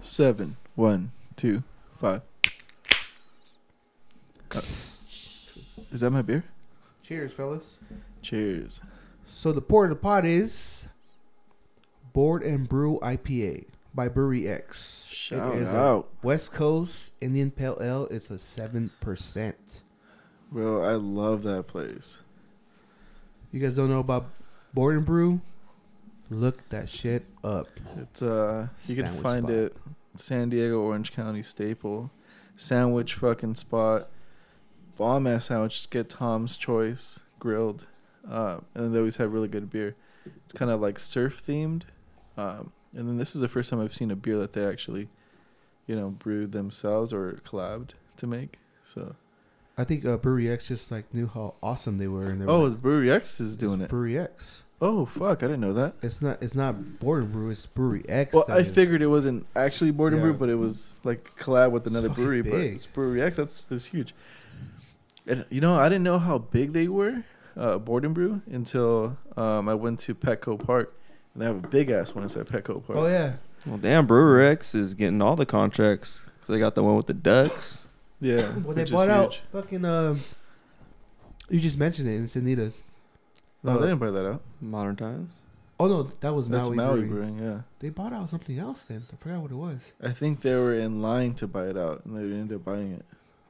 seven, one, two, five. Uh, is that my beer? Cheers, fellas. Cheers. So the pour of the pot is Board and Brew IPA by Brewery X. It Shout is a out. West Coast Indian Pale Ale. It's a seven percent. Bro, I love that place. You guys don't know about Board and Brew? Look that shit up. It's uh you can Sandwich find spot. it San Diego Orange County staple. Sandwich fucking spot. Bomb ass sandwiches get Tom's choice grilled. Uh, and they always have really good beer. It's kind of like surf themed. Um, and then this is the first time I've seen a beer that they actually, you know, brewed themselves or collabed to make. So I think uh, Brewery X just like knew how awesome they were, and they were Oh, like, Brewery X is "It's doing it. Brewery X. Oh fuck, I didn't know that. It's not. It's not Board and Brew. It's Brewery X. Well, that I is- figured it wasn't actually Board and Yeah. Brew, but it was like collab with another fucking brewery. But big. it's Brewery X. That's that's huge. And you know, I didn't know how big they were, uh, Board and Brew, until um, I went to Petco Park. And they have a big ass one inside Petco Park. Oh yeah. Well, damn, Brewer X is getting all the contracts. 'Cause They got the one with the ducks. yeah. Well, they which is bought out huge. fucking. Um, you just mentioned it in Sanitas. No, they didn't buy that out. Modern times. Oh no, that was That's Maui, Maui Brewing. Brewing. Yeah, They bought out something else then. I forgot what it was. I think they were in line to buy it out, and they ended up buying it.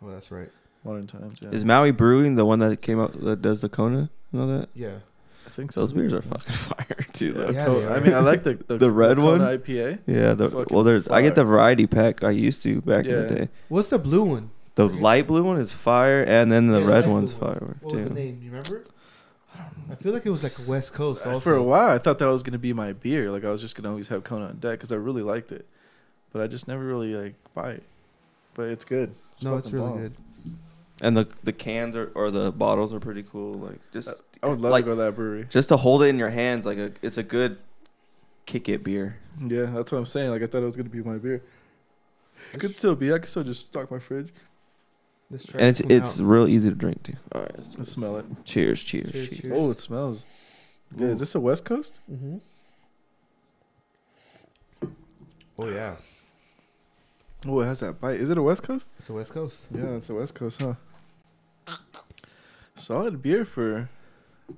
Oh, that's right. Modern times. Yeah, Is Maui Brewing the one that came out that does the Kona? You know that? Yeah. I think so. Those beers are fucking fire too, though. Yeah, Co- they I are. mean, I like the The red Kona one? IPA. Yeah, the, Fucking well, there's I get the fire. variety pack I used to back in Yeah. the day. What's the blue one? The Yeah. light blue one is fire, and then the Yeah, red light one's blue one. fire What was the too. name? You remember? I don't know. I feel like it was like a West Coast. Also. For a while, I thought that was gonna be my beer. Like I was just gonna always have Kona on deck because I really liked it, but I just never really like buy it. But it's good. No, it's fucking really bomb. good. And the the cans are, or the bottles are pretty cool. Like just I would love like to go to that brewery. just to hold it in your hands, like a it's a good kick it beer. Yeah, that's what I'm saying. Like I thought it was gonna be my beer. It could still be. I could still just stock my fridge Let's try And it's this one it's out. real easy to drink too. All right, and smell it. cheers, cheers, cheers. Cheers, Oh, it smells. Good. Is this a West Coast? Mhm. Oh yeah, Oh, it has that bite. Is it a West Coast? it's a West Coast. Yeah, it's a West Coast, huh? Solid beer for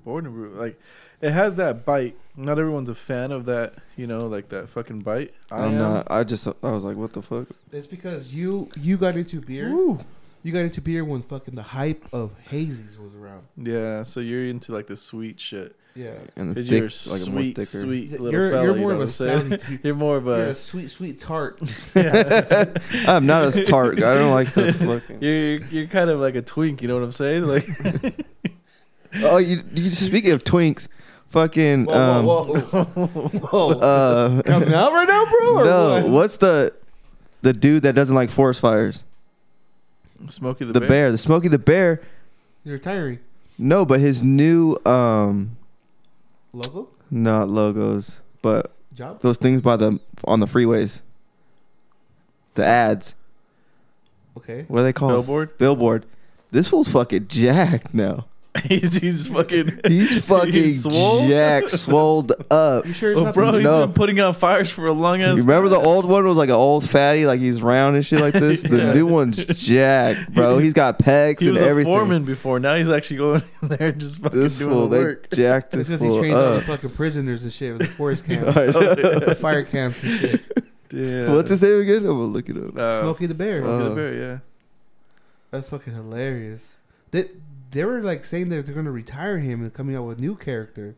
Born and Brew. Like, it has that bite. Not everyone's a fan of that, you know, like that fucking bite. I I'm am. not. I just I was like, what the fuck? It's because you you got into beer. You got into beer when fucking the hype of hazies was around. Yeah, so you're into like the sweet shit. Yeah. And Because thick- you're a like, a more sweet, thicker- sweet little You're- fella. you're you more know of what a I'm saying? sour- You're more of You're a a. sweet, sweet tart. I'm not as tart. I don't like the fucking. You're, you're kind of like a twink, you know what I'm saying? Like, Oh, you you speaking of twinks, fucking um, uh, Coming out right now, bro? Or no, what? what's the the dude that doesn't like forest fires? Smokey the, The, bear. the Smokey the Bear. You're retiring. No, but his new um Logo? not logos, but Job? those things by the on the freeways. The ads. Okay. What are they called? Billboard. Billboard. This fool's fucking jacked now. he's, he's fucking. He's fucking swole? jacked, swolled up. You sure it's Oh, not bro, the he's No. been putting out fires for a long You ass. remember the old one was like an old fatty, like he's round and shit like this. The Yeah. new one's jacked, bro. He's got pecs He and was a everything. foreman before. Now he's actually going in there and just fucking this doing fool, the they work. jacked It's this because he fool trains all the up. fucking prisoners and shit with the forest camps, I know. the fire camps and shit. Oh, Yeah. What's his name again? I'm gonna look it up. Uh, Smokey the Bear. Smokey the Uh, Bear, yeah. That's fucking hilarious. They, they were like saying that they're going to retire him and coming out with new character.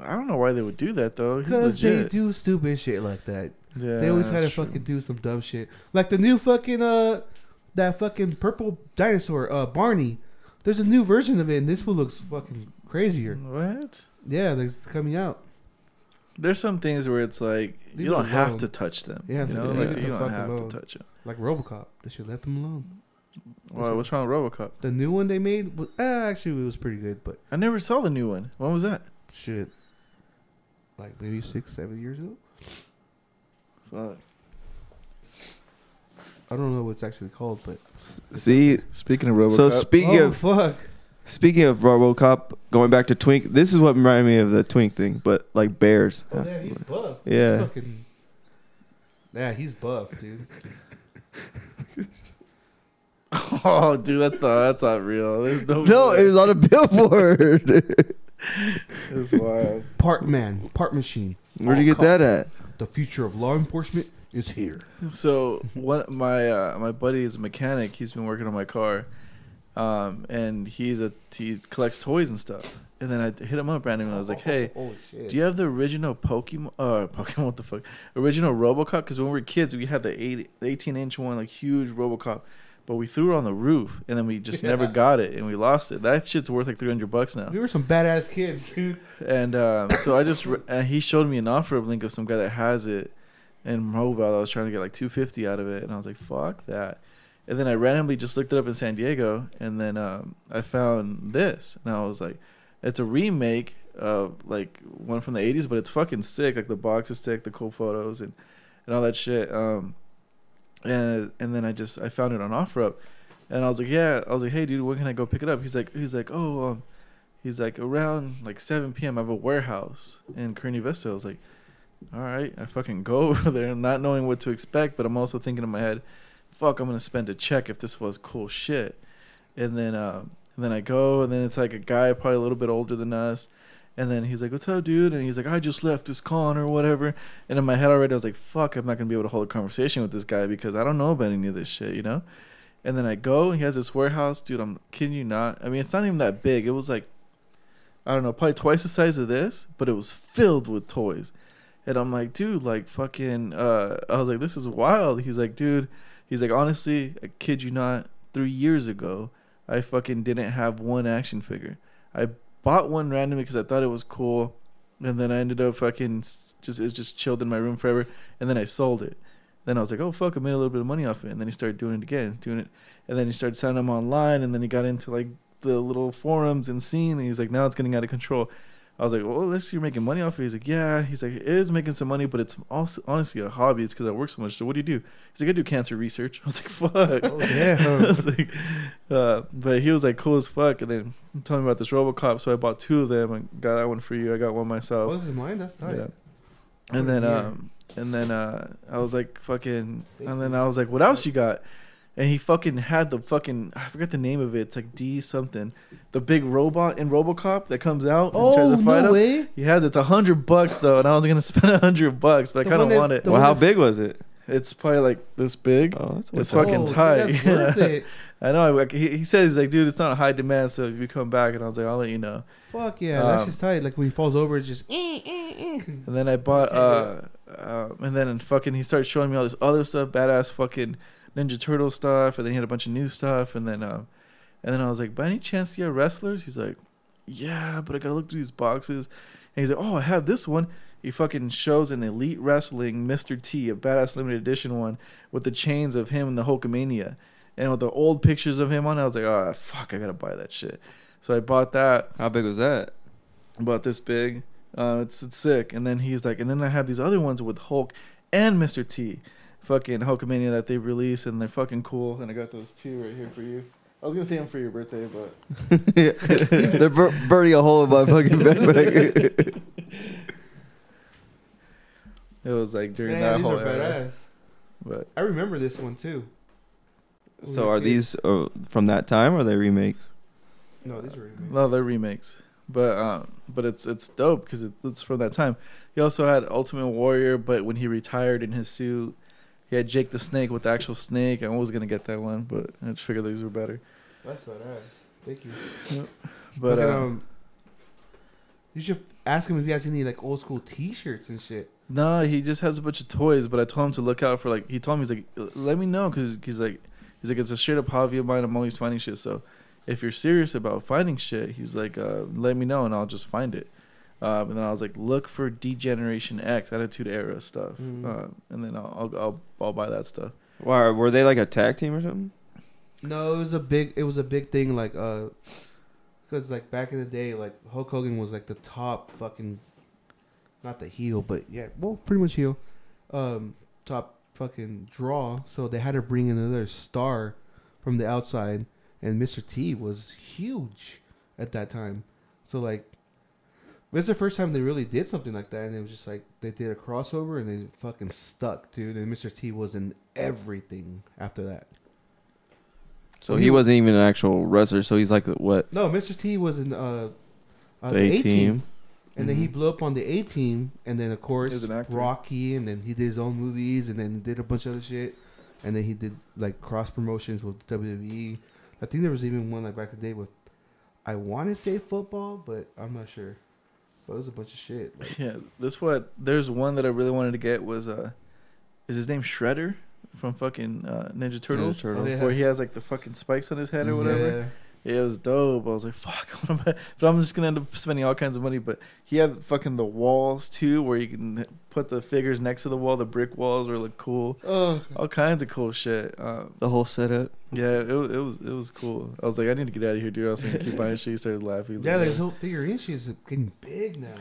I don't know why they would do that though. He's Because they legit. do stupid shit like that. yeah, they always had to that's true. fucking do some dumb shit. Like the new fucking, uh, that fucking purple dinosaur, uh, Barney. There's a new version of it and this one looks fucking crazier. Mm. What? Yeah, there's it's coming out. There's some things where it's like Leave you don't it have alone. to touch them. Yeah, you know, leave like it you the don't fuck have alone. to touch them. Like Robocop. They should let them alone. Well, what's wrong with RoboCop? The new one they made was uh, actually it was pretty good, but I never saw the new one. When was that? shit. Like maybe six, seven years ago? Fuck. I don't know what it's actually called, but See, Speaking of RoboCop, so speaking Oh of fuck. Speaking of RoboCop, going back to Twink, this is what reminded me of the Twink thing, but like bears. Oh yeah, he's Oh, buff. Yeah. He's fucking Yeah, he's buff, dude. Oh, dude, that's not, that's not real. There's no. No, way. it was on a billboard. It's wild. Part man, part machine. Where'd you get that at? The future of law enforcement is here. So one my uh, my buddy is a mechanic. He's been working on my car, um, and he's a he collects toys and stuff. And then I hit him up randomly. I was like, "Hey, Oh, holy shit! do you have the original Pokemon? Uh, Pokemon? What the fuck? Original RoboCop? Because when we were kids, we had the eight, 18 inch one, like huge RoboCop, but we threw it on the roof, and then we just never Yeah. got it, and we lost it. That shit's worth like three hundred bucks now. we were some badass kids, dude. And um, so I just re- and he showed me an offer up link of some guy that has it in mobile. I was trying to get like 250 out of it, and I was like, "Fuck that!" And then I randomly just looked it up in San Diego, and then um, I found this, and I was like, "It's a remake of like one from the 80s, but it's fucking sick. Like the box is sick, the cool photos, and and all that shit." Um, and and then I just I found it on OfferUp, and I was like, "Yeah," I was like, "Hey, dude, when can I go pick it up?" He's like, "He's like, oh." Um, He's like, around like 7 p.m. I have a warehouse in Kearney Vista. I was like, all right, I fucking go over there, not knowing what to expect, but I'm also thinking in my head, fuck, I'm gonna spend a check if this was cool shit. And then, um, and then I go, and then it's like a guy probably a little bit older than us, and then he's like, "What's up, dude?" And he's like, "I just left this con or whatever." And in my head already, I was like, "Fuck, I'm not gonna be able to hold a conversation with this guy because I don't know about any of this shit," you know. And then I go, he has this warehouse, dude. I'm kidding you not. I mean, it's not even that big. It was like, I don't know, probably twice the size of this, but it was filled with toys. And I'm like, dude, like fucking. Uh, I was like, this is wild. He's like, dude. He's like, honestly, I kid you not. Three years ago, I fucking didn't have one action figure. I bought one randomly because I thought it was cool, and then I ended up fucking s- just it just chilled in my room forever. And then I sold it. Then I was like, oh fuck, I made a little bit of money off it. And then he started doing it again, doing it, and then he started selling them online. And then he got into like the little forums and scene. And he's like, now it's getting out of control. I was like, well, unless you're making money off of it. He's like, yeah. He's like, it is making some money, but it's also honestly a hobby. It's because I work so much. So what do you do? He's like, I do cancer research. I was like, fuck. Oh, damn. I was like, uh, but he was like, cool as fuck. And then he told me about this RoboCop. So I bought two of them and got that one for you. I got one myself. Oh, this is mine. That's tight. Yeah. And then, Weird. um, and then uh, I was like, fucking. Thank And then you. I was like, what else you got? And he fucking had the fucking I forgot the name of it. It's like D something, the big robot in RoboCop that comes out and Oh tries to fight him. no way! He has it's a hundred bucks though, and I was gonna spend a hundred bucks, but The I kind one that- of want it. the Well, one how that- big was it? It's probably like this big. Oh, that's It's what's fucking dude, tight. that's worth it. I know. I, like, he, he says he's like, dude, it's not a high demand, so if you come back, and I was like, I'll let you know. Fuck yeah, that's Um, just tight. Like when he falls over, it's just. Oh. Eh, eh, eh. And then I bought, uh, um, and then and fucking he started showing me all this other stuff, badass fucking Ninja Turtle stuff, and then he had a bunch of new stuff, and then, um, and then I was like, by any chance, you have wrestlers? He's like, yeah, but I gotta look through these boxes, and he's like, oh, I have this one. He fucking shows an Elite Wrestling Mr. T, a badass limited edition one, with the chains of him and the Hulkamania, and with the old pictures of him on. it, I was like, oh fuck, I gotta buy that shit. So I bought that How big was that? about this big. Uh, it's, it's sick. And then he's like, and then I have these other ones with Hulk and Mr. T, fucking Hulkamania that they release, and they're fucking cool. And I got those two right here for you. I was gonna say them for your birthday, but They're bur- burning a hole in my fucking backpack. it was like during Man, that these whole are era. badass. But I remember this one too. so are these uh, from that time or are they remakes? No, these are. no, they're remakes. But um, but it's it's dope because it, it's from that time. He also had Ultimate Warrior, but when he retired in his suit, he had Jake the Snake with the actual snake. I was gonna get that one, but I just figured these were better. That's badass. Thank you. But Fucking, um, you should ask him if he has any like old school T-shirts and shit. No, he just has a bunch of toys. But I told him to look out for like. He told me he's like, let me know because he's like, he's like, it's a straight up hobby of mine. I'm always finding shit. So if you're serious about finding shit, he's like, uh, let me know and I'll just find it. Um, and then I was like, look for Degeneration X Attitude Era stuff, Mhm. um, and then I'll, I'll I'll I'll buy that stuff. Why were they like a tag team or something? No, it was a big. It was a big thing. Like, uh, because like back in the day, like Hulk Hogan was like the top fucking, not the heel, but yeah, well, pretty much heel, um, top fucking draw. So they had to bring in another star from the outside, and Mr. T was huge at that time. So like, But it's the first time they really did something like that, and it was just like they did a crossover and they fucking stuck, dude. And Mr. T was in everything after that. So he wasn't even an actual wrestler. So he's like what No, Mr. T was in uh, uh, the A team. and then he Mhm. blew up on the A team, and then of course He was an actor. Rocky, and then he did his own movies, and then did a bunch of other shit, and then he did like cross promotions with WWE. I think there was even one like back in the day with, I want to say football, but I'm not sure. But it was a bunch of shit. Like, Yeah, that's what. There's one that I really wanted to get was uh, is his name Shredder from fucking uh, Ninja Turtles? Turtles. Oh, yeah. Where he has like the fucking spikes on his head or Mm-hmm. Mhm. whatever. Yeah. Yeah, it was dope. I was like, fuck, what am I? But I'm just gonna end up spending all kinds of money. But he had fucking the walls too, where you can put the figures next to the wall. The brick walls were like cool. Oh, All kinds of cool shit. Um, The whole setup. yeah, it, wa- it was it was cool. I was like, I need to get out of here, dude. I was gonna keep buying shit. He started laughing. He's yeah, like, like his whole figurine she's getting big now.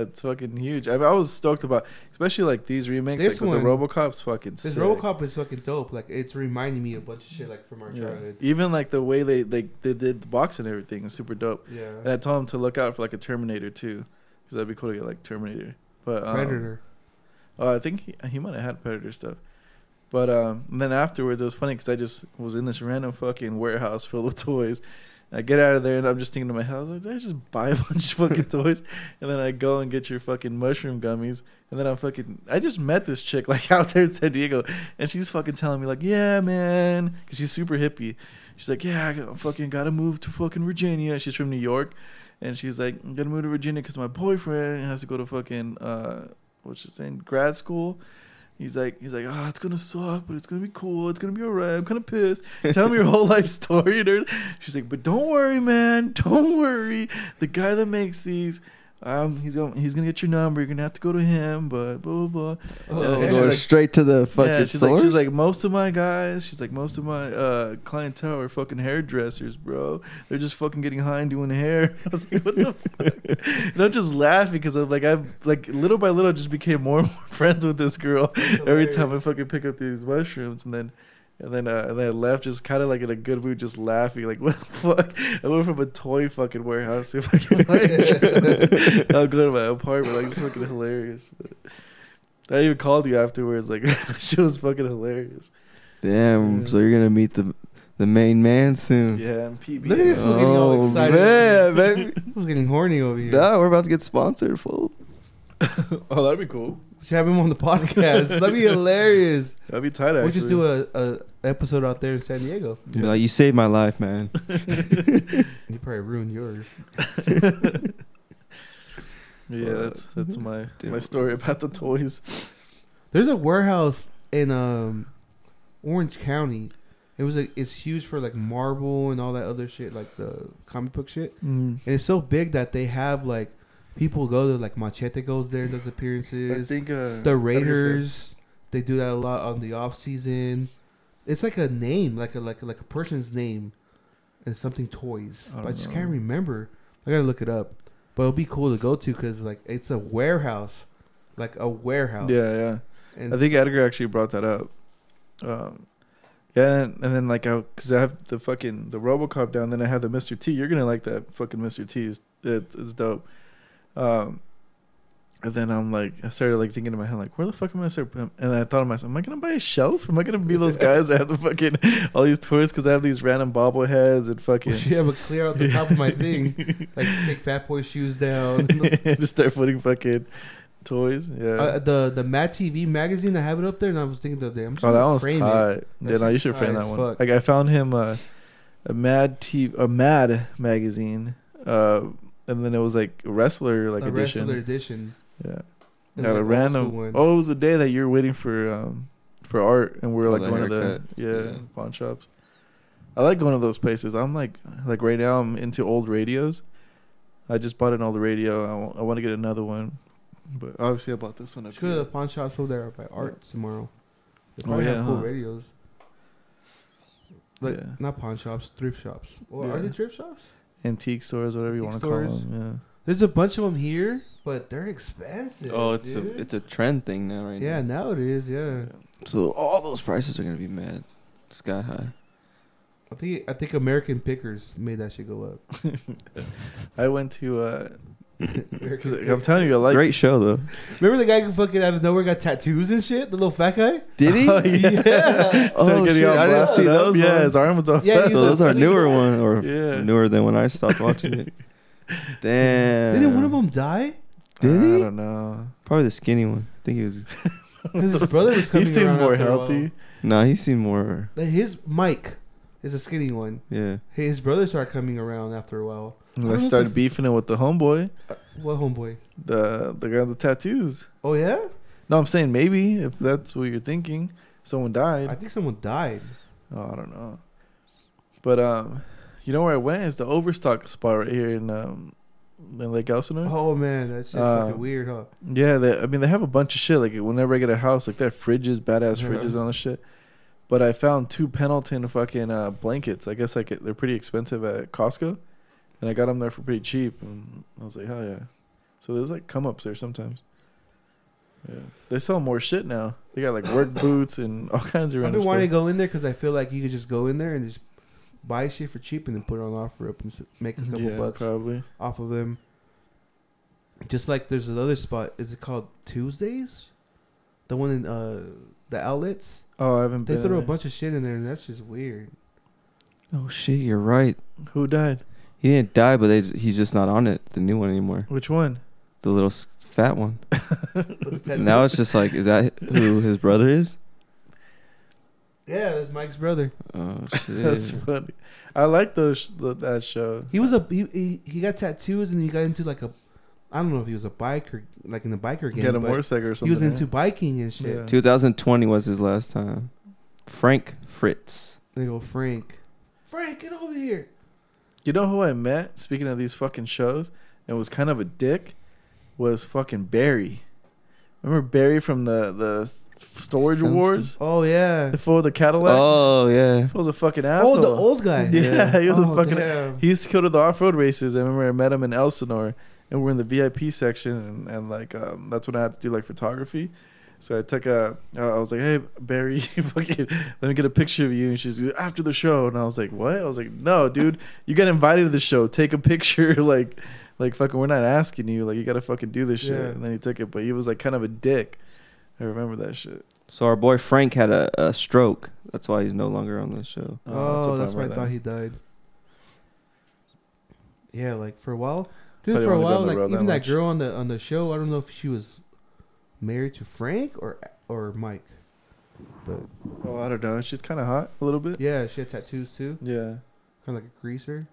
it's fucking huge. I, mean, I was stoked about, especially like these remakes, This like with the one- RoboCop's fucking. This sick. RoboCop is fucking dope. Like it's reminding me of a bunch of shit like from our Yeah. childhood. Even like the way they, they they did the box and everything is super dope. Yeah, And I told him to look out for like a Terminator too, because that'd be cool to get like Terminator. But um, Predator. Uh, I think he, he might have had Predator stuff. But um, and then afterwards, it was funny because I just was in this random fucking warehouse filled with toys. I get out of there and I'm just thinking to my head, I was like, did I just buy a bunch of fucking toys? And then I go and get your fucking mushroom gummies. And then I'm fucking, I just met this chick like out there in San Diego. And she's fucking telling me, like, yeah, man. Because she's super hippie. She's like, yeah, I got- fucking gotta move to fucking Virginia. She's from New York. And she's like, I'm gonna move to Virginia because my boyfriend has to go to fucking, uh, what's his name, grad school. He's like, he's like, ah, it's gonna suck, but it's gonna be cool. It's gonna be alright. I'm kind of pissed. Tell me your whole life story. And everything. she's like, but don't worry, man. Don't worry. The guy that makes these, um, he's gonna he's gonna get your number. You're gonna have to go to him. But blah blah blah. Oh, Yeah, okay. she's Going like- straight to the fucking yeah, she's source. like, she's like, most of my guys. She's like, most of my uh, clientele are fucking hairdressers, bro. They're just fucking getting high and doing hair. I was like, what the fuck? And I'm just laughing because I'm like, I've like little by little just became more and more friends with this girl every time I fucking pick up these mushrooms and then and then uh, and then I left just kind of like in a good mood, just laughing like what the fuck. I went from a toy fucking warehouse to fucking mushrooms. I'll go to my apartment like it's fucking hilarious. But I even called you afterwards like she was fucking hilarious. Damn. Yeah. So you're gonna meet the the main man soon. Yeah, and PB. Look at this looking all Oh excited. man, baby. I was getting horny over here. Nah, we're about to get sponsored, fool. oh, that'd be cool. We should have him on the podcast. That'd be hilarious. That'd be tight. Actually, We'll just do a, a episode out there in San Diego. Be like, you saved my life, man. You probably ruined yours. Yeah, that's that's my my story about the toys. There's a warehouse in um, Orange County. It was a, it's huge for like marble and all that other shit, like the comic book shit. Mm. And it's so big that they have like people go to like Machete goes there and does I appearances. think uh, The Raiders, they do that a lot on the off season. It's like a name, like a like like a person's name, and something toys. I But I, don't just know. can't remember. I gotta look it up. But it'll be cool to go to because like it's a warehouse, like a warehouse. Yeah, yeah. And I think Edgar actually brought that up. Um, yeah, and, and then like I, cause I have the fucking the RoboCop down, then I have the Mr. T. You're gonna like that fucking Mr. T. Is it, it's dope. Um, and then I'm like, I started like thinking in my head, like, where the fuck am I gonna start? um, And I thought to myself, am I gonna buy a shelf? Am I gonna be those guys that have the fucking all these toys? Cause I have these random bobbleheads and we fucking. should have a clear out the top of my thing, like take Fat Boy shoes down. just start putting fucking toys. Yeah. uh, the the Mad TV magazine, I have it up there, and I was thinking the other day, I'm just Oh, that gonna one's frame tight. it. That yeah, no, you shit's should frame tight that as one. fuck. Like I found him uh, a Mad T, a Mad magazine, uh, and then it was like wrestler like a edition. wrestler edition. Yeah, It was, got like, a old random. school one. Oh, it was the day that you were waiting for um for art, and we were Oh, like the one of the haircut. yeah, Yeah. pawn shops. I like going to those places. I'm like like right now I'm into old radios. I just bought an old radio. I want to get another one, but obviously I bought this one. Up Let's go to here. the pawn shops over there by Art tomorrow. They Oh, probably yeah, have cool huh? radios. Like Yeah. not pawn shops, thrift shops. Or are Yeah. they thrift shops? Antique stores, whatever you want Antique to call stores. them. There's a bunch of them here, but they're expensive. Oh, it's dude. a it's a trend thing now, right yeah. now. Now it is. Yeah, So all those prices are gonna be mad, sky high. I think I think American Pickers made that shit go up. I went to uh, Because I'm telling you, I like. Great show though. Remember the guy who fucking out of nowhere got tattoos and shit? The little fat guy? Did he? Oh, yeah. Yeah. Oh, Started getting shit, all I didn't blasted see up. those Yeah, ones. his arm was all Yeah, yeah, he's so the those are funny newer guy. one or Yeah. newer than when I stopped watching it. Damn. Didn't one of them die? Did I he? don't know. Probably the skinny one. I think he was. 'Cause his brother was He coming seemed around more after a healthy. Nah, he seemed more. while. His Mike is a skinny one. Yeah. His brother started coming around after a while. And I I don't started think- beefing it with the homeboy, What homeboy? the the guy with the tattoos. Oh yeah, No, I'm saying maybe if that's what you're thinking, someone died. I think someone died. Oh, I don't know. But um, you know where I went is the Overstock spot right here in um, in Lake Elsinore. Oh man, that's just Uh, fucking weird, huh? Yeah, they, I mean they have a bunch of shit. Like whenever I get a house, like they have fridges, badass Yeah. fridges and all this shit. But I found two Pendleton fucking uh, blankets. I guess like they're pretty expensive at Costco, and I got them there for pretty cheap. And I was like, hell yeah! So there's like come ups there sometimes. Yeah, they sell more shit now. They got like work boots and all kinds of I've random been wanting to stuff. go in there because I feel like you could just go in there and just buy shit for cheap and then put it on offer up and s- make a couple yeah, bucks probably. off of them. Just like there's another spot. Is it called Tuesdays? The one in uh the outlets. Oh, I haven't They been. throw in a there. bunch of shit in there, and that's just weird. Oh shit, you're right. Who died? He didn't die, but they, he's just not on it. The new one anymore. Which one? The little s- fat one. But the now it's just like, is that who his brother is? yeah, that's Mike's brother. Oh That's shit. funny. I like those the, that show. He was a he, he, he got tattoos and he got into like a I don't know if he was a biker like in the biker He game. had a but motorcycle or he something. was into biking and shit. Yeah. 2020 was his last time. Frank Fritz. They go Frank, Frank, get over here. You know who I met? Speaking of these fucking shows, and was kind of a dick, was fucking Barry. Remember Barry from the the Storage Sounds Wars? Oh yeah. The fool with the Cadillac. Oh yeah. He was a fucking asshole. Oh, the old guy. Yeah, he was a Oh, fucking- damn. He used to go to the off road races. I remember I met him in Elsinore, and we're in the VIP section, and, and like um, that's when I had to do like photography. So I took a, I was like, hey Barry, fucking, let me get a picture of you. And she's like, after the show, and I was like, what? I was like, no, dude, you got invited to the show. Take a picture, like, like fucking, we're not asking you. Like, you gotta fucking do this shit. Yeah. And then he took it, but he was like kind of a dick. I remember that shit. So our boy Frank had a, a stroke. That's why he's no longer on the show. Uh, a Oh, that's bummer why I then. thought he died. Yeah, like for a while, dude. Probably For a wanna go on while, the like road that even that much. girl on the on the show, I don't know if she was married to Frank or or Mike, but Oh, I don't know. She's kind of hot a little bit. yeah, she had tattoos too, Yeah. kind of like a greaser.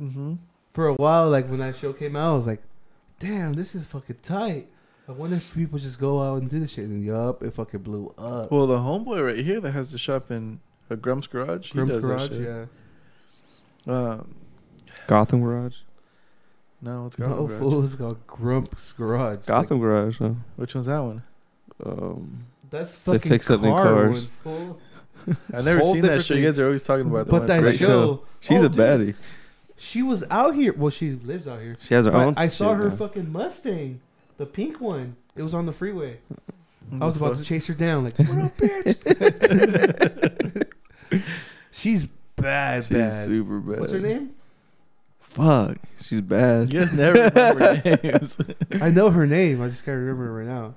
Mm-hmm. For a while, like when that show came out, I was like, "Damn, this is fucking tight." I wonder if people just go out and do this shit. And yup, it fucking blew up. Well, the homeboy right here that has the shop in uh, Grump's Garage, he Grimm's does Garage, that shit. yeah. Um, Gotham Garage. no, it's Gotham No Garage. fools called Grump's Garage. It's like- Gotham Garage. Huh? Which one's that one? Um, That's They fucking fix up new car cars. one, fool. I've never Whole seen that different show. You thing. guys are always talking about that. But one. that great show, show. she's oh, a dude, baddie. She was out here. Well, she lives out here. She has her But own. I saw shit her now. fucking Mustang, the pink one. It was on the freeway. Mm, I was the about to fuck? chase her down. Like, what up, bitch? She's bad, She's bad. super bad. What's her name? Fuck. She's bad. You guys never remember names. I know her name. I just can't remember it right now.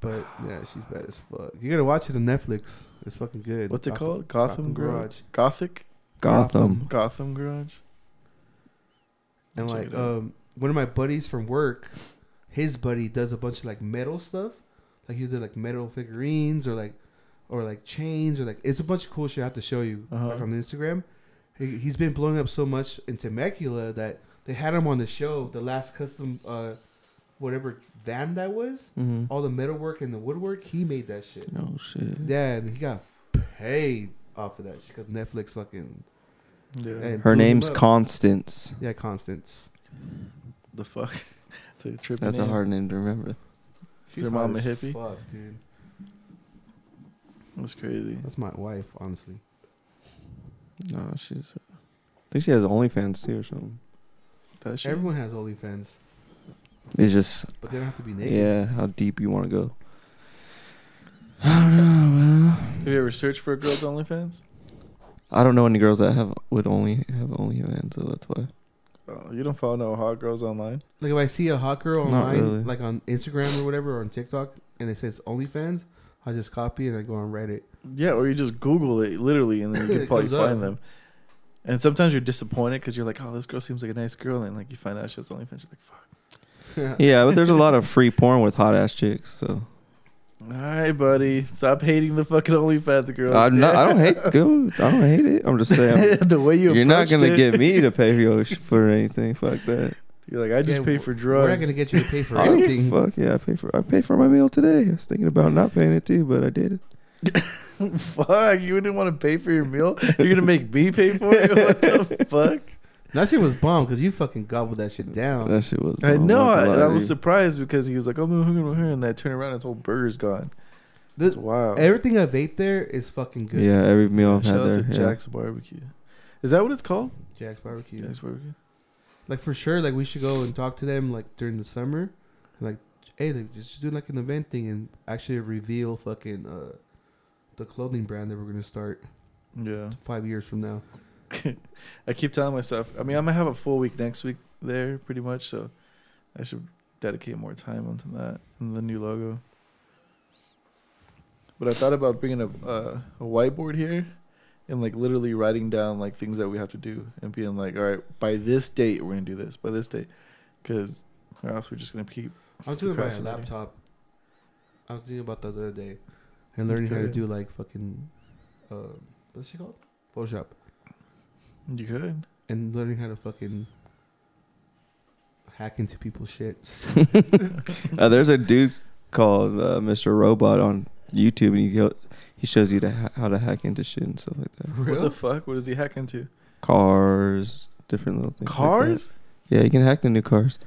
But yeah, she's bad as fuck. You gotta watch it on Netflix. It's fucking good. What's it Gotham- called? Gotham, Garage? Gothic? Gotham. Gotham Garage? And Check like it out. um, one of my buddies from work, his buddy does a bunch of like metal stuff, like he did like metal figurines or like, or like chains or like it's a bunch of cool shit. I have to show you Uh-huh. like on Instagram. He, he's been blowing up so much in Temecula that they had him on the show, the last custom, uh, whatever van that was. Mhm. All the metal work and the woodwork, he made that shit. Oh shit. Yeah, and he got paid off of that shit because Netflix fucking. Yeah. and blew Her him name's up. Constance. Yeah, Constance. The fuck? it's a trippy That's a name. hard name to remember. Is your mom hot a as hippie? Fuck, dude. That's crazy. That's my wife, honestly. No, she's. uh, I think she has OnlyFans too or something. That shit. Everyone has OnlyFans, It's just but they don't have to be naked. yeah, how deep you want to go. I don't know, bro. Have you ever searched for a girl's OnlyFans? I don't know any girls that have would only have OnlyFans, so that's why. Oh, No, you don't follow no hot girls online. Like if I see a hot girl Not online, really. like on Instagram or whatever, or on TikTok, and it says OnlyFans, I just copy and I go on Reddit. Yeah, or you just Google it literally, and then you can It probably comes up. find them. And sometimes you're disappointed because you're like, "Oh, this girl seems like a nice girl," and like you find out she's only finished like, "Fuck." Yeah, but there's a lot of free porn with hot ass chicks. So All right, buddy, stop hating the fucking OnlyFans girl. I'm not, I don't hate, dude. I don't hate it. I'm just saying. the way you. You are not approached gonna it. get me to pay for your sh- for anything. Fuck that. You're like, I just Yeah, pay for drugs. We're not gonna get you to pay for I don't- anything. Fuck yeah, I pay for I paid for my meal today. I was thinking about not paying it too, but I did it. fuck, you didn't want to pay for your meal. You're gonna make me pay for it. What the fuck? That shit was bomb because you fucking gobbled that shit down. That shit was. I bomb, know. not I, gonna lie I to was you. surprised because he was like, "Oh, I'm hungry, I'm hungry," and then I turn around, and his whole burger's gone. That's This, wild. everything I've ate there is fucking good. Yeah, every meal I've Shout out had to there. yeah. Jack's Barbecue. Is that what it's called? Jack's barbecue. Jack's Barbecue. Like for sure, like we should go and talk to them like during the summer, like hey, like, just do like an event thing and actually reveal fucking uh the clothing brand that we're gonna start Yeah. five years from now. I keep telling myself. I mean, I'm gonna have a full week next week there, pretty much. So I should dedicate more time onto that and the new logo. But I thought about bringing a uh, a whiteboard here, and like literally writing down like things that we have to do, and being like, all right, by this date we're gonna do this. By this date, because or else we're just gonna keep. I'm thinking about a Procrastinating. laptop. I was thinking about that the other day, and learning how to Okay. do like fucking, uh, what's she called? Photoshop, You could. and learning how to fucking hack into people's shit. Uh, there's a dude called uh, Mr. Robot on YouTube, and he go, he shows you to ha- how to hack into shit and stuff like that. What Really? the fuck? What does he hack into? Cars, different little things. like Cars? that. yeah, you can hack the new cars.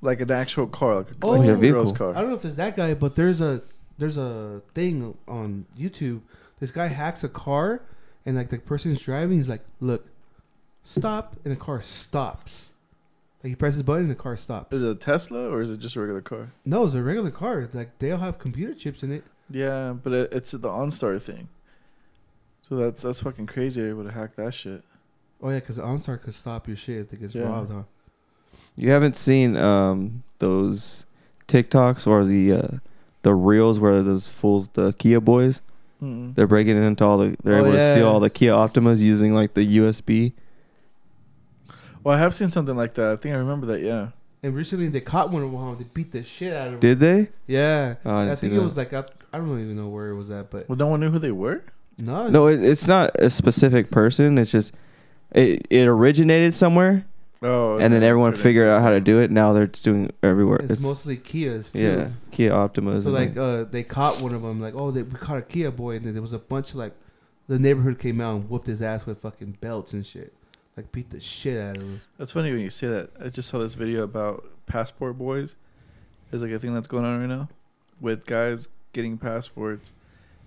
Like an actual car, like a, Oh. like Like a a girl's vehicle. I car. don't know if it's that guy, but there's a there's a thing on YouTube. This guy hacks a car, and like the person's driving, he's like, "Look, stop," and the car stops. Like he presses button, and the car stops. Is it a Tesla or is it just a regular car? No, it's a regular car. Like they all have computer chips in it. Yeah, but it, it's the OnStar thing. So that's that's fucking crazy. They would hack that shit. Oh yeah, because OnStar could stop your shit if it gets Yeah. robbed, huh? You haven't seen um, those TikToks or the uh, the reels where those fools, the Kia boys, Mm-mm. they're breaking into all the, they're Oh, able to yeah. steal all the Kia Optimas using like the USB. Well, I have seen something like that. I think I remember that. Yeah, And recently they caught one of them. They beat the shit out of him. Did they? yeah. Oh, I I, didn't see think it that. was like out, I don't even know where it was at, but well, no one knew who they were. no, No, it, it's not a specific person. It's just it, it originated somewhere Oh, and then yeah, everyone turned figured into- out how to do it. Now they're just doing it everywhere. it's, It's, mostly Kias too. yeah, Kia Optimas. So and, like uh, they caught one of them. Like oh, they, we caught a Kia boy, and then there was a bunch of like the neighborhood came out and whooped his ass with fucking belts and shit. Like beat the shit out of him. That's funny when you say that. I just saw this video about passport boys. It's like a thing that's going on right now with guys getting passports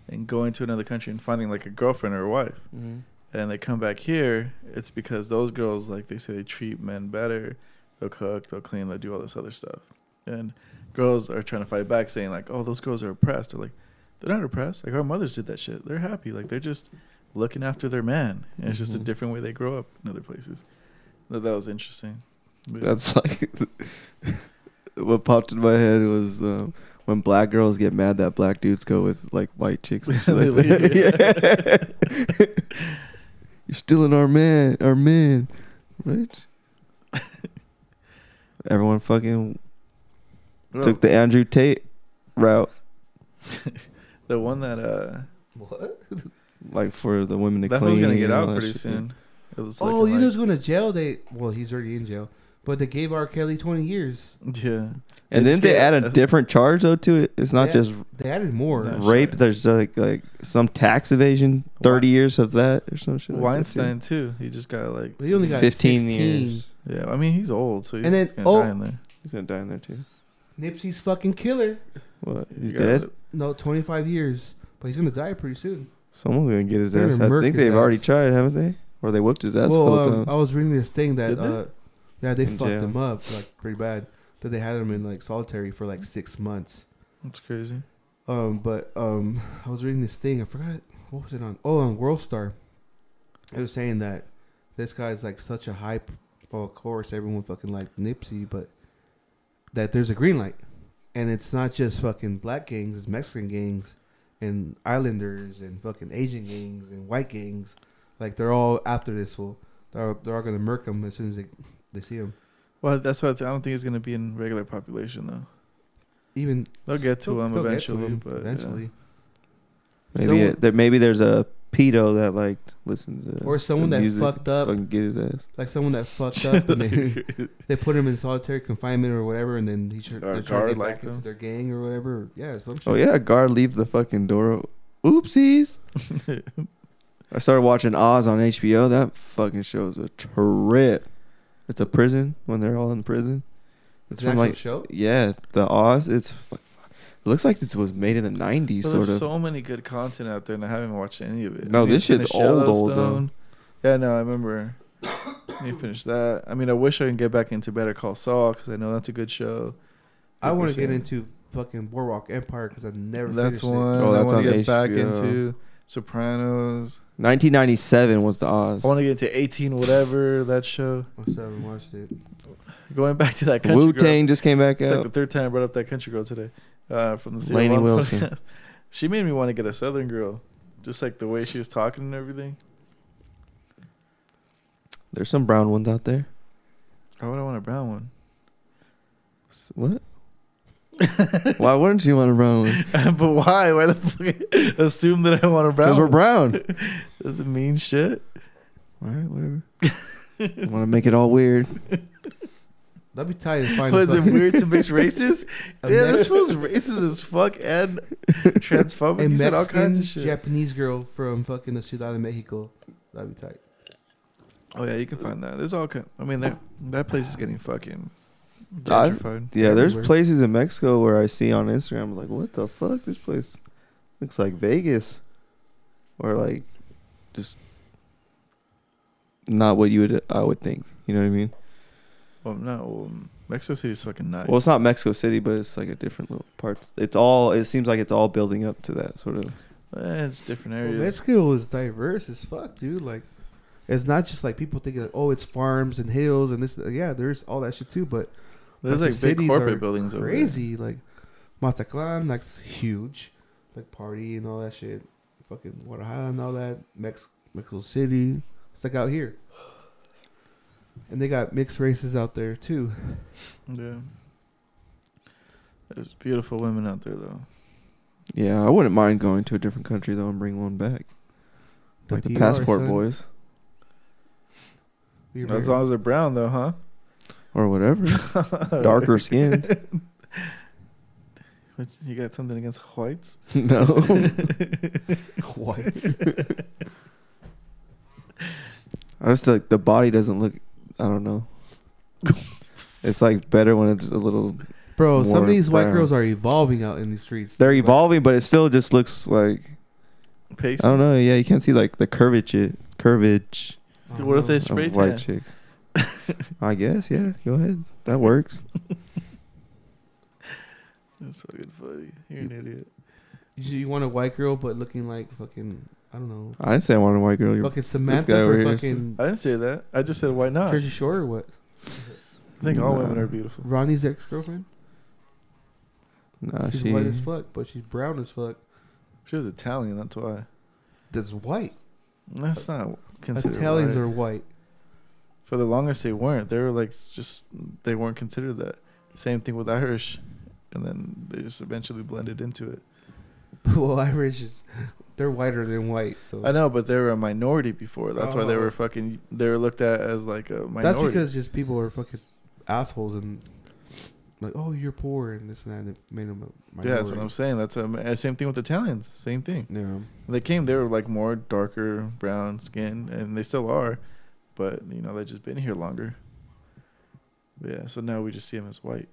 and going to another country and finding like a girlfriend or a wife. Mm-hmm. and they come back here, it's because those girls like they say they treat men better. They'll cook, they'll clean, they'll do all this other stuff. And girls are trying to fight back, saying like, "Oh, those girls are oppressed." They're like, "They're not oppressed. Like our mothers did that shit. They're happy. Like they're just looking after their man. And it's just a Mhm. different way they grow up in other places." That, that was interesting. But- that's like what popped in my head was um, when black girls get mad that black dudes go with like white chicks. And shit They like that. Yeah. You're stealing our man, our men, right? Everyone fucking Well, took the Andrew Tate route, the one that uh, What? like for the women to that clean. one's gonna get and all out that pretty shit. soon. It looks oh, looking you know who's like- going to jail? They well, he's already in jail, but they gave R. Kelly twenty years. yeah. And then just they get- add a different charge though to it. It's not Yeah. just They added more. That's rape. right. There's like like some tax evasion, thirty years of that or some shit. like that, too. Weinstein too. He just got like He only got 15 15 years. Yeah, I mean he's old, so he's And then- gonna oh. die in there. He's gonna die in there too. Nipsey's fucking killer. What? You He's got dead. it. No, 25 years, but he's gonna die pretty soon. Someone's gonna get his They're ass. gonna I murk think his they've already ass. tried, haven't they? Or they whooped his ass a well, couple um, I times. was reading this thing that Did they? uh, yeah, they In fucked jail. him up like pretty bad. That they had him in like solitary for like six months. That's crazy. Um, but um, I was reading this thing. I forgot what was it on. Oh, on World Star, it was saying that this guy's like such a high p- well, of course, everyone fucking liked Nipsey, but that there's a green light, and it's not just fucking black gangs, it's Mexican gangs, and Islanders, and fucking Asian gangs, and white gangs. Like they're all after this fool. They're they're all gonna murk him as soon as they they see him. Well, that's what I, th- I don't think it's gonna be in regular population though. Even They'll get to him they'll get eventually, him but, yeah. eventually, Maybe Someone- it, there, maybe there's a pedo that like listen to or someone the that music, fucked up, fucking get his ass. like someone that fucked up, and they, they put him in solitary confinement or whatever, and then he should Or a they're trying to guard get like back them. into their gang or whatever. Yeah, some shit. Oh yeah, guard leave the fucking door. o- Oopsies. I started watching Oz on HBO. That fucking show is a trip. It's a prison when they're all in prison. It's It's an from actual like show. yeah, the Oz. It's fu- fu- it looks like it was made in the '90s, Well, sort there's of. so many good content out there, and I haven't watched any of it. No, I this shit's finished old, old, though. Yellowstone. Yeah, no, I remember. I need to finish that. I mean, I wish I can get back into Better Call Saul because I know that's a good show. I Like want we're to get saying. into fucking Boardwalk Empire because I never. That's finished one It. Oh, that's I want on to get back HBO. into. Sopranos. 1997 was the Oz. I want to get into 18 whatever that show. I still haven't watched it. Going back to that country Wu girl. Tang just came back It's like the out. third time I brought up that country girl today uh, from the Theo Lainey Vaughn Wilson. podcast. She made me want to get a Southern girl, just like the way she was talking and everything. There's some brown ones out there. Why would I want a brown one? S- What? Why wouldn't you want a brown one? but why? Why the fuck assume that I want a brown? Because we're one? brown. Doesn't mean shit. all right, whatever. want to make it all weird. That'd be tight. to find Was it fucking- weird to mix races? a yeah, this Mex- feels racist as fuck and a transphobic. You said all kinds Mexican of shit. Japanese girl from fucking the Ciudad de Mexico. That'd be tight. Oh yeah, you can find that. There's all kind. I mean, that that place is getting fucking I've- gentrified. Yeah, there's Everywhere. places in Mexico where I see on Instagram, I'm like, what the fuck? This place looks like Vegas. Or like just not what you would I would think. You know what I mean? Well, no, um, Mexico City's fucking nice. Well, it's not Mexico City, but it's like a different little parts. It's all it seems like it's all building up to that sort of Eh, it's different Well, areas. Mexico is diverse as fuck, dude. Like, it's not just like people think that oh, it's farms and hills and this. Yeah, there's all that shit too, but There's Like, like the big cities corporate are buildings over there. crazy. Like Mazatlan, that's huge. Like party and all that shit. Fucking Guadalajara and all that. Mex- Mexico City. It's like out here. And they got mixed races out there too. Yeah. There's beautiful women out there though. Yeah, I wouldn't mind going to a different country though and bring one back. Like the DR, passport son. boys You're As very- long as they're brown though, huh? or whatever. Darker skinned. What, You got something against whites? no. White. I just like the body doesn't look. I don't know. it's like better when it's a little. Bro, some More of these white brown. girls are evolving out in these streets. They're Like, evolving, but it still just looks like Paste. I don't know. Yeah, you can't see like the curvature, curvage I Dude, don't what if know. they of spray tan? white chicks. I guess. Yeah. Go ahead. That works. That's fucking funny. You're an idiot. You, you want a white girl, but looking like fucking I don't know, I didn't say I wanted a white girl. You're, fucking Samantha guy over for here is- fucking I didn't say that. I just said why not. Jersey Shore or what? I think all Nah. women are beautiful. Ronnie's ex girlfriend. nah, she's Ah, she. white as fuck, but she's brown as fuck. She was Italian. That's why. That's white. That's not considered. Italians white. are white. For the longest, they weren't. They were like just they weren't considered that. Same thing with Irish, and then they just eventually blended into it. well, Irish is they're whiter than white. So I know, but they were a minority before. That's why they Oh. were fucking. They were looked at as like a minority. that's because just people are fucking assholes and like, oh, you're poor and this and that. And it made them a minority. yeah, that's what I'm saying. That's um, uh, same thing with Italians. Same thing. Yeah. When they came. They were like more darker brown skin, and they still are, but you know they just been here longer. But yeah, so now we just see them as white.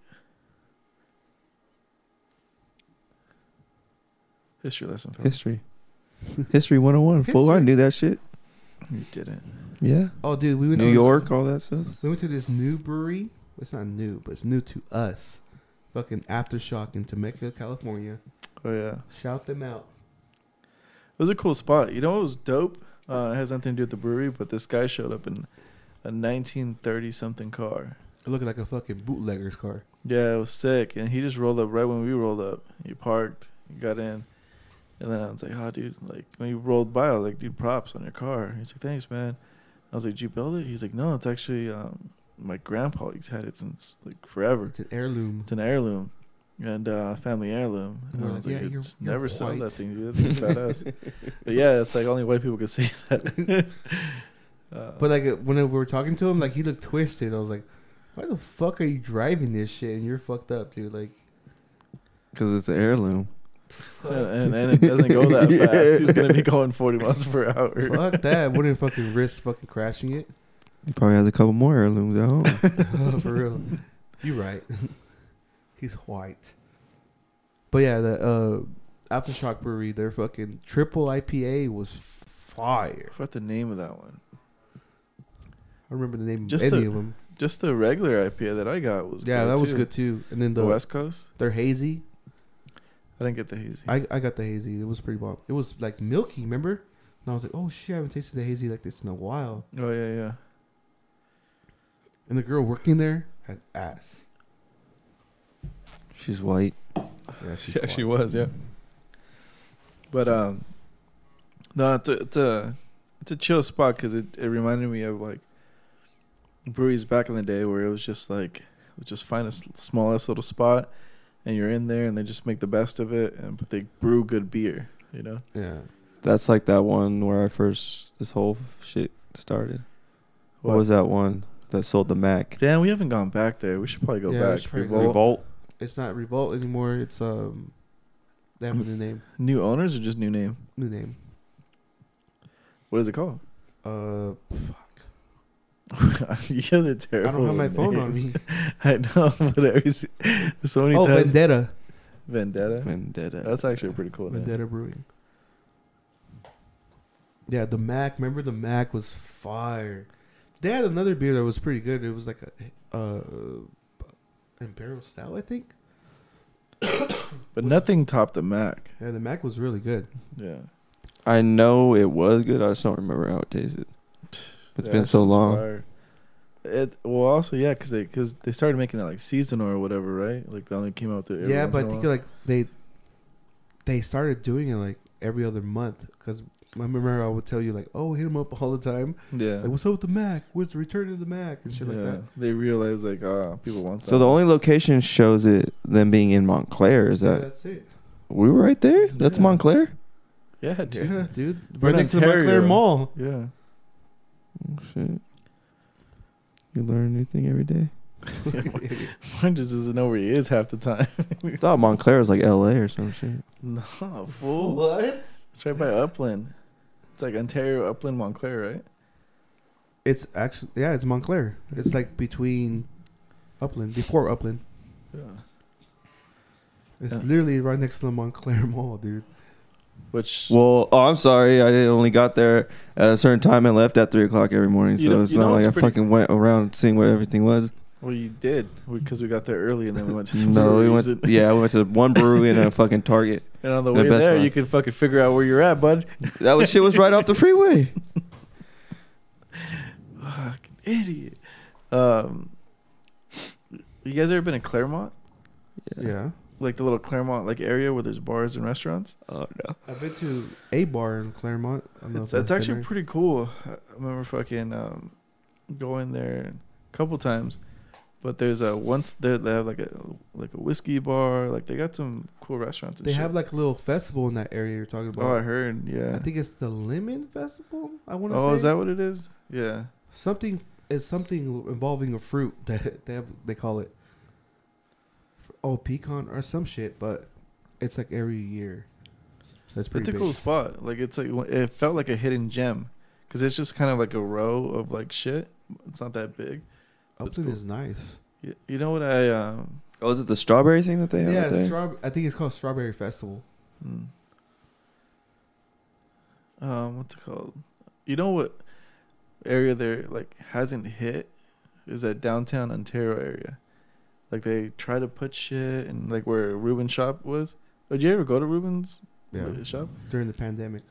History lesson. fellas. History. History 101. Full. I History. knew that shit. You didn't. Yeah. Oh, dude, we went New to York, all that stuff. We went to this new brewery. It's not new, but it's new to us. Fucking aftershock in Temecula, California. Oh yeah, Shout them out. it was a cool spot. You know what was dope? Uh, it has nothing to do with the brewery, but this guy showed up and a 1930 something car. It looked like a fucking bootlegger's car. Yeah, it was sick. And he just rolled up right when we rolled up. He parked, he got in. And then I was like, oh, dude, like when you rolled by, I was like, dude, props on your car. He's like, thanks, man. I was like, did you build it? He's like, no, it's actually um, my grandpa. He's had it since like forever. It's an heirloom. It's an heirloom and uh, family heirloom. And We're I was like, like, "Yeah, "It's you're- you're never sell white." that thing, dude. That thing's badass. But yeah, it's like only white people could say that. uh, But like uh, when we were talking to him, like he looked twisted. I was like, "Why the fuck are you driving this shit? And you're fucked up, dude." Like, because it's an heirloom. and, and it doesn't go that Yeah. fast. He's gonna be going 40 miles per hour. fuck that. I wouldn't fucking risk fucking crashing it. He probably has a couple more heirlooms at home. Oh, for real. You're right. He's white. But yeah, the uh, Aftershock Brewery, their fucking triple IPA was fire. I forgot the name of that one. I don't remember the name Just of any the- of them. Just the regular IPA that I got was Yeah, good that was too. good too. And then The the West Coast. their hazy, I didn't get the hazy. I, I got the hazy. It was pretty bomb. It was like milky, remember? And I was like, oh shit, I haven't tasted the hazy like this in a while. oh yeah, yeah. And the girl working there had ass. She's white. Yeah, she's She actually white. was, yeah. But um, no, it's a it's a, it's a chill spot because it, it reminded me of like breweries back in the day where it was just like just find a s- smallest little spot and you're in there and they just make the best of it and but they brew good beer, you know. Yeah. That's like that one where I first this whole shit started. What, was that one that sold the Mac? Damn, we haven't gone back there. We should probably go Yeah, we back. should probably go Revolt. Revolt. It's not Revolt anymore. It's, um, they have a new name. New owners or just new name? New name. What is it called? Uh, you guys are I terrible. don't have my with phone on names. me. I know, but every s- so many Oh, times. Vendetta. Vendetta. Vendetta. That's actually a pretty cool. name. Vendetta Brewing. Yeah, the Mac. Remember the Mac was fire. They had another beer that was pretty good. It was like a uh, Imperial Stout, I think. But nothing topped the Mac. Yeah, the Mac was really good. Yeah. I know it was good. I just don't remember how it tasted. It's Yeah, been that so shit was long. fire. It well also yeah because they cause they started making it like seasonal or whatever right like they only came out to yeah, but I think like they they started doing it like every other month because I remember I would tell you like, oh, hit him up all the time. yeah Like, what's up with the Mac? Where's the return of the Mac and shit like Yeah. that? they realized like ah people want that So the only location shows it them being in Montclair is Yeah, that that's it. we were right there. That's Yeah. Montclair. yeah dude. Yeah, dude. We're Right in next to the Montclair Ontario. Mall. yeah Oh, shit. You learn a new thing every day. mine just doesn't know where he is half the time I thought Montclair was like L.A. or some shit. no fool it's right by Upland it's like Ontario Upland Montclair right It's actually yeah, it's Montclair. It's like between Upland, before Upland. yeah It's Yeah. literally right next to the Montclair Mall, dude. which Well, oh, I'm sorry. I didn't only got there at a certain time and left at three o'clock every morning. You know- So it's you know not like what's I pretty- fucking went around seeing what everything was. well you did because we got there early and then we went to the No, we breweries went. and- Yeah, we went to the one brewery and a fucking Target. and on the The way best there one. you could fucking figure out where you're at bud That was shit was right off the freeway. Fucking idiot. Um, you guys ever been in Claremont? Yeah. Like the little Claremont like area where there's bars and restaurants. Oh no. I've been to a bar in Claremont. I don't know It's if it's I've actually been pretty cool. I I remember fucking um, going there a couple times, but there's a once there they have like a like a whiskey bar. Like they got some cool restaurants. there. And They shit. have like a little festival in that area you're talking about. oh I heard yeah. I think it's the Lemon Festival. I want to oh say is that what it is? Yeah. something is something involving a fruit that they have they call it oh pecan or some shit but it's like every year that's pretty It's a big. cool spot. Like it's like it felt like a hidden gem because it's just kind of like a row of like shit. It's not that big. That's Upton cool. is nice You, you know what I um Oh, is it the strawberry thing that they have? yeah out there? straw- i think it's called strawberry festival mm. um what's it called? You know what area there like hasn't hit is that downtown Ontario area. Like they try to put shit and like where Ruben shop was. Oh, Did you ever go to Ruben's yeah uh, shop? during the pandemic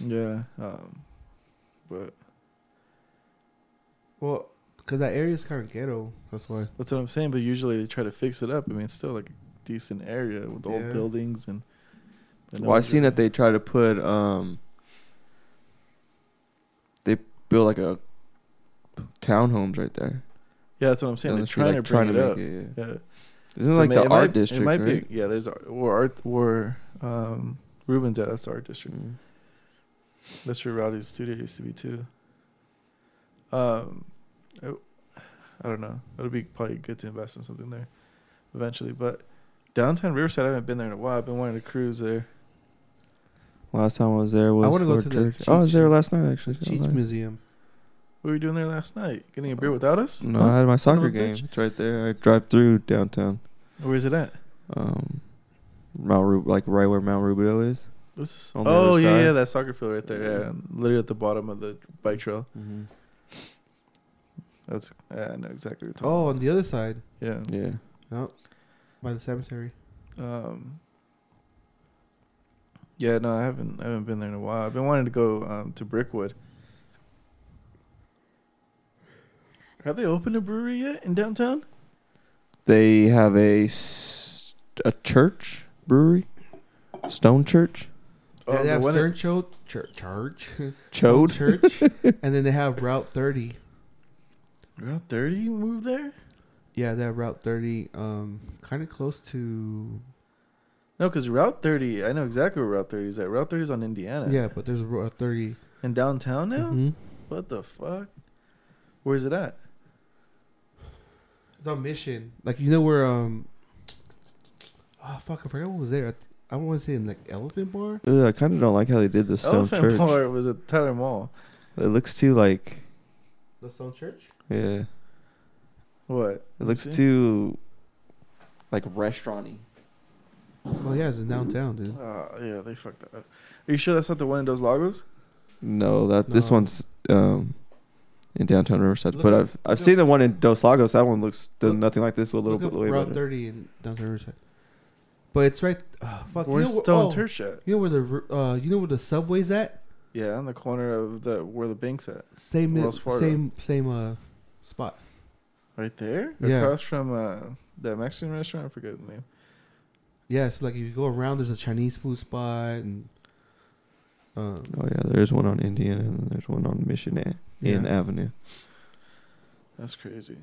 Yeah. Um but well Cause that area's kind of ghetto. That's why. That's what I'm saying. But usually they try to fix it up. I mean, it's still like a decent area with old Yeah. buildings and. but no Well, I one's seen really- that they try to put um they built like a townhomes right there. Yeah, that's what I'm saying. Down They're the street, trying to bring it up. it. Yeah. Yeah. Isn't it So like may- the it art might- district? It might right? be. Yeah, there's a- where art where um, Ruben's at. That's the art district. Mm. That's where Rowdy's studio used to be too. Um, I, I don't know. It'll be probably good to invest in something there, eventually. But downtown Riverside, I haven't been there in a while. I've been wanting to cruise there. Last time I was there was wanna go to for the church. oh, I was Cheech- there last night actually. I was Cheech like- Museum. What were you doing there last night? Getting a beer without us? Uh, No, Huh? I had my Son of soccer a game. bitch. It's right there. I drive through downtown. Where is it at? Um, Mount Ru- like right where Mount Rubido is. This is On the oh other yeah, side. yeah, that soccer field right there. Yeah, literally at the bottom of the bike trail. That's yeah, I know exactly what you're Oh, talking. on the other side, about. yeah. Yeah. no, by the cemetery. Um, yeah, no, I haven't. I haven't been there in a while. I've been wanting to go um, to Brickwood. Have they opened a brewery yet in downtown? They have a s- a church brewery, Stone Church, yeah, they Oh, Um, the have one Stern in- Church, church, church, Chode. church, and then they have Route 30. Route Thirty moved there. Yeah, they have Route 30, um, kind of close to. No, because Route Thirty. I know exactly where Route Thirty is at. Route Thirty is on Indiana. Yeah, but there's Route 30. In downtown now. Mm-hmm. Mhm. What the fuck? Where's it at? It's on Mission. Like you know where um. Oh fuck! I forgot what was there. I, th- I want to say in like Elephant Bar. Ugh, I kind of don't like how they did the Stone Elephant Church. Bar was at Tyler Mall. It looks too like The Stone Church. yeah. What? It looks See? too like restauranty. Oh yeah, it's in downtown, dude. Oh, yeah, they fucked that up. Are you sure that's not the one in Dos Lagos? No, that this No. one's um in downtown Riverside. Look but up- I've I've look seen the one in Dos Lagos. That one looks does Look- nothing like this. With a little Look bit up way Route better. 30 in downtown Riverside. But it's right. Uh, fuck. You know, Where's where- Stone oh, Church at? You know where the ru- uh, you know where the subway's at? Yeah, on the corner of the where the bank's at. Same Wells Fargo. same same uh spot. Right there? Yeah. Across from uh that Mexican restaurant, I forget the name. Yeah, so like if you go around, there's a Chinese food spot and. Uh, Oh yeah, there's one on Indiana and then there's one on Mission A- in Yeah. Avenue. That's crazy.